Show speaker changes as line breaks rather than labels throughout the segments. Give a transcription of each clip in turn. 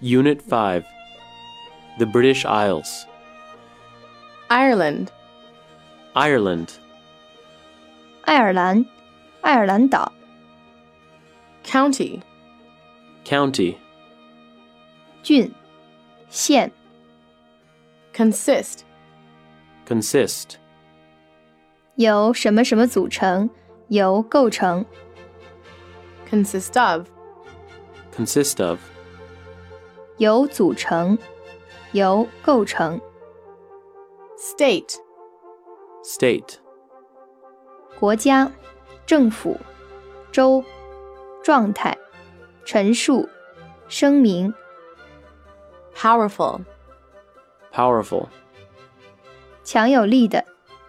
Unit 5 The British Isles,
Ireland,
Ireland,
爱尔兰、爱尔兰岛、
county,
County,
郡、县、
consist,
Consist,
由什么什么组成，由构成、
consist of,
Consist of,
由组成、由构成、
state,
State,
国家、政府、州、状态、陈述、声明、
powerful,
Powerful,
强有力的、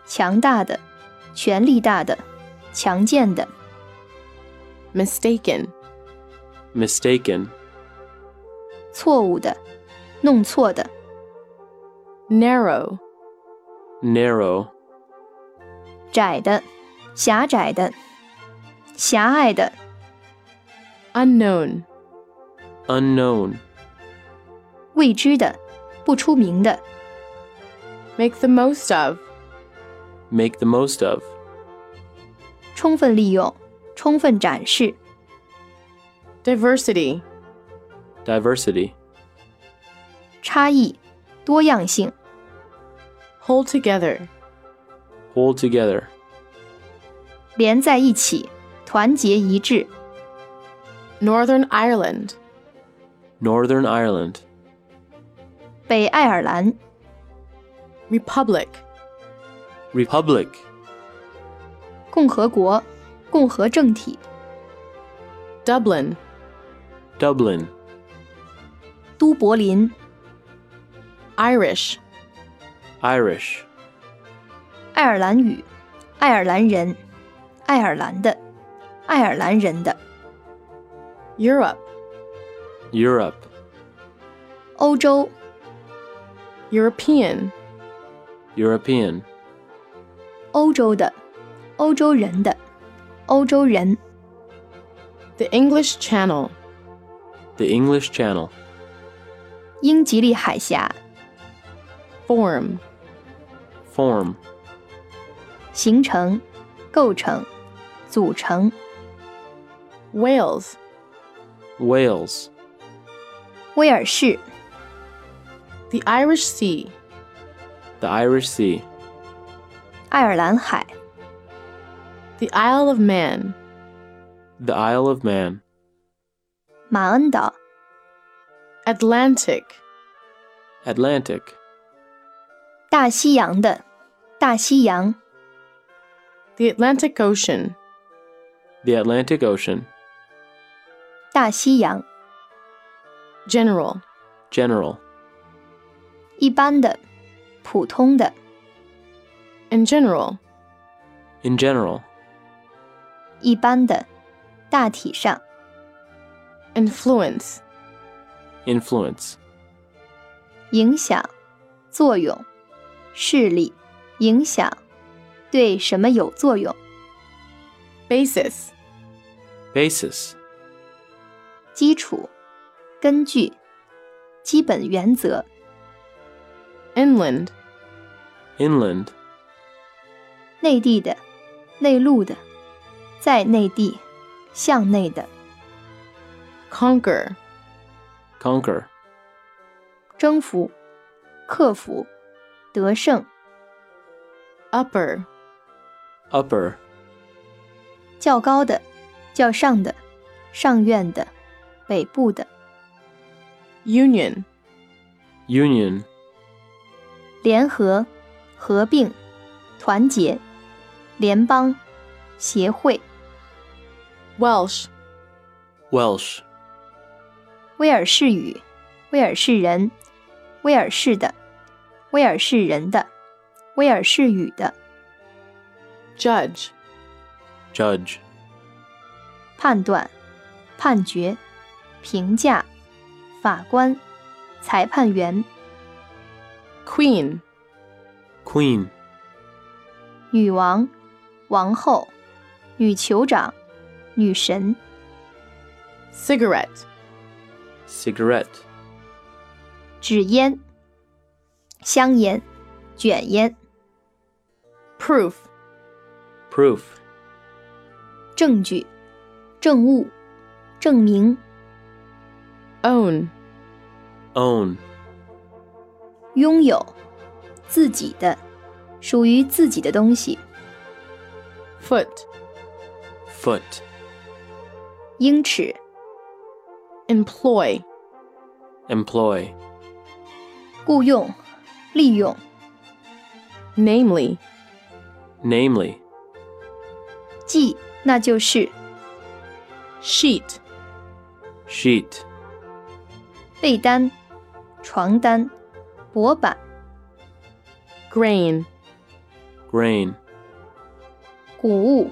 强大的、权力大的、强健的、
mistaken,
Mistaken,
错误的、弄错的、
narrow,
Narrow,
窄的、狭窄的、狭隘的、
unknown,
Unknown,
未知的、不出名的、
make the most of,
Make the Most of,
充分利用、充分展示、
diversity,
Diversity,
差异、多样性、
hold together,
Hold Together,
连在一起、团结一致、
Northern Ireland,
Northern Ireland,
北爱尔兰、
republic,
Republic,
共和国、共和政体、
Dublin,
Dublin,
都柏林、
Irish,
Irish,
爱尔兰语、爱尔兰人、爱尔兰的、爱尔兰人的、
Europe,
Europe,
欧洲、
European,
European,
欧洲的、欧洲人的、欧洲人、
the English Channel,
The English Channel,
英吉利海峡、
form,
Form,
形成、构成、组成、
Wales,
Wales,
威尔士、
the Irish Sea,
The Irish Sea,
爱尔兰海、
the Isle of Man,
The Isle of Man,
马恩岛、
Atlantic,
Atlantic,
大西洋的、大西洋、
the Atlantic Ocean,
The Atlantic Ocean,
大西洋、
general,
General,
一般的、普通的、
in general,
In general,
一般的、大体上、
influence,
Influence,
影响、作用、势力、影响对什么有作用？
basis,
Basis,
基础、根据、基本原则、
inland,
Inland,
内地的、内陆的、在内地、向内的、
conquer,
Conquer,
征服、克服、得胜、
upper,
Upper,
较高的、较上的、上院的、北部的、
union,
Union,
联合、合并、团结、联邦、协会、
Welsh,
Welsh,
威尔士语、威尔士人、威尔士的、威尔士人的、威尔士语的、
judge,
Judge,
判断、判决、评价、法官、裁判员、
queen,
Queen,
女王、王后、女酋长、女神、
cigarette,
Cigarette,
纸烟、香烟、卷烟、
proof,
proof,
证据、证物、证明、
own,
own,
拥有、自己的、属于自己的东西、
foot,
foot,
英尺、
employ,
employ,
雇用、利用、
namely,
namely,
即那就是、
sheet,
sheet,
被单、床单、薄板、
grain,
grain,
谷物、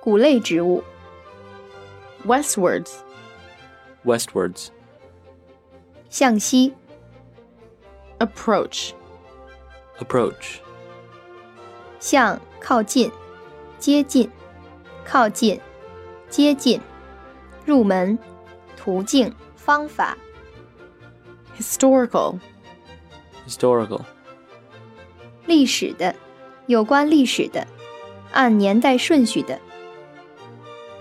谷类植物、
westwards,
westwards,
向西、
approach,
approach,
向靠近、接近、靠近、接近、入门、途径、方法、
historical,
historical,
历史的、有关历史的、按年代顺序的、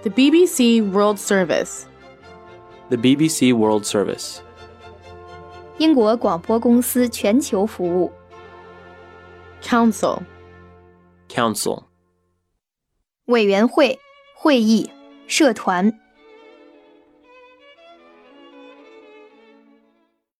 the BBC World Service,
the BBC World Service,
英国广播公司全球服务、
council,
council,
委员会、会议、社团、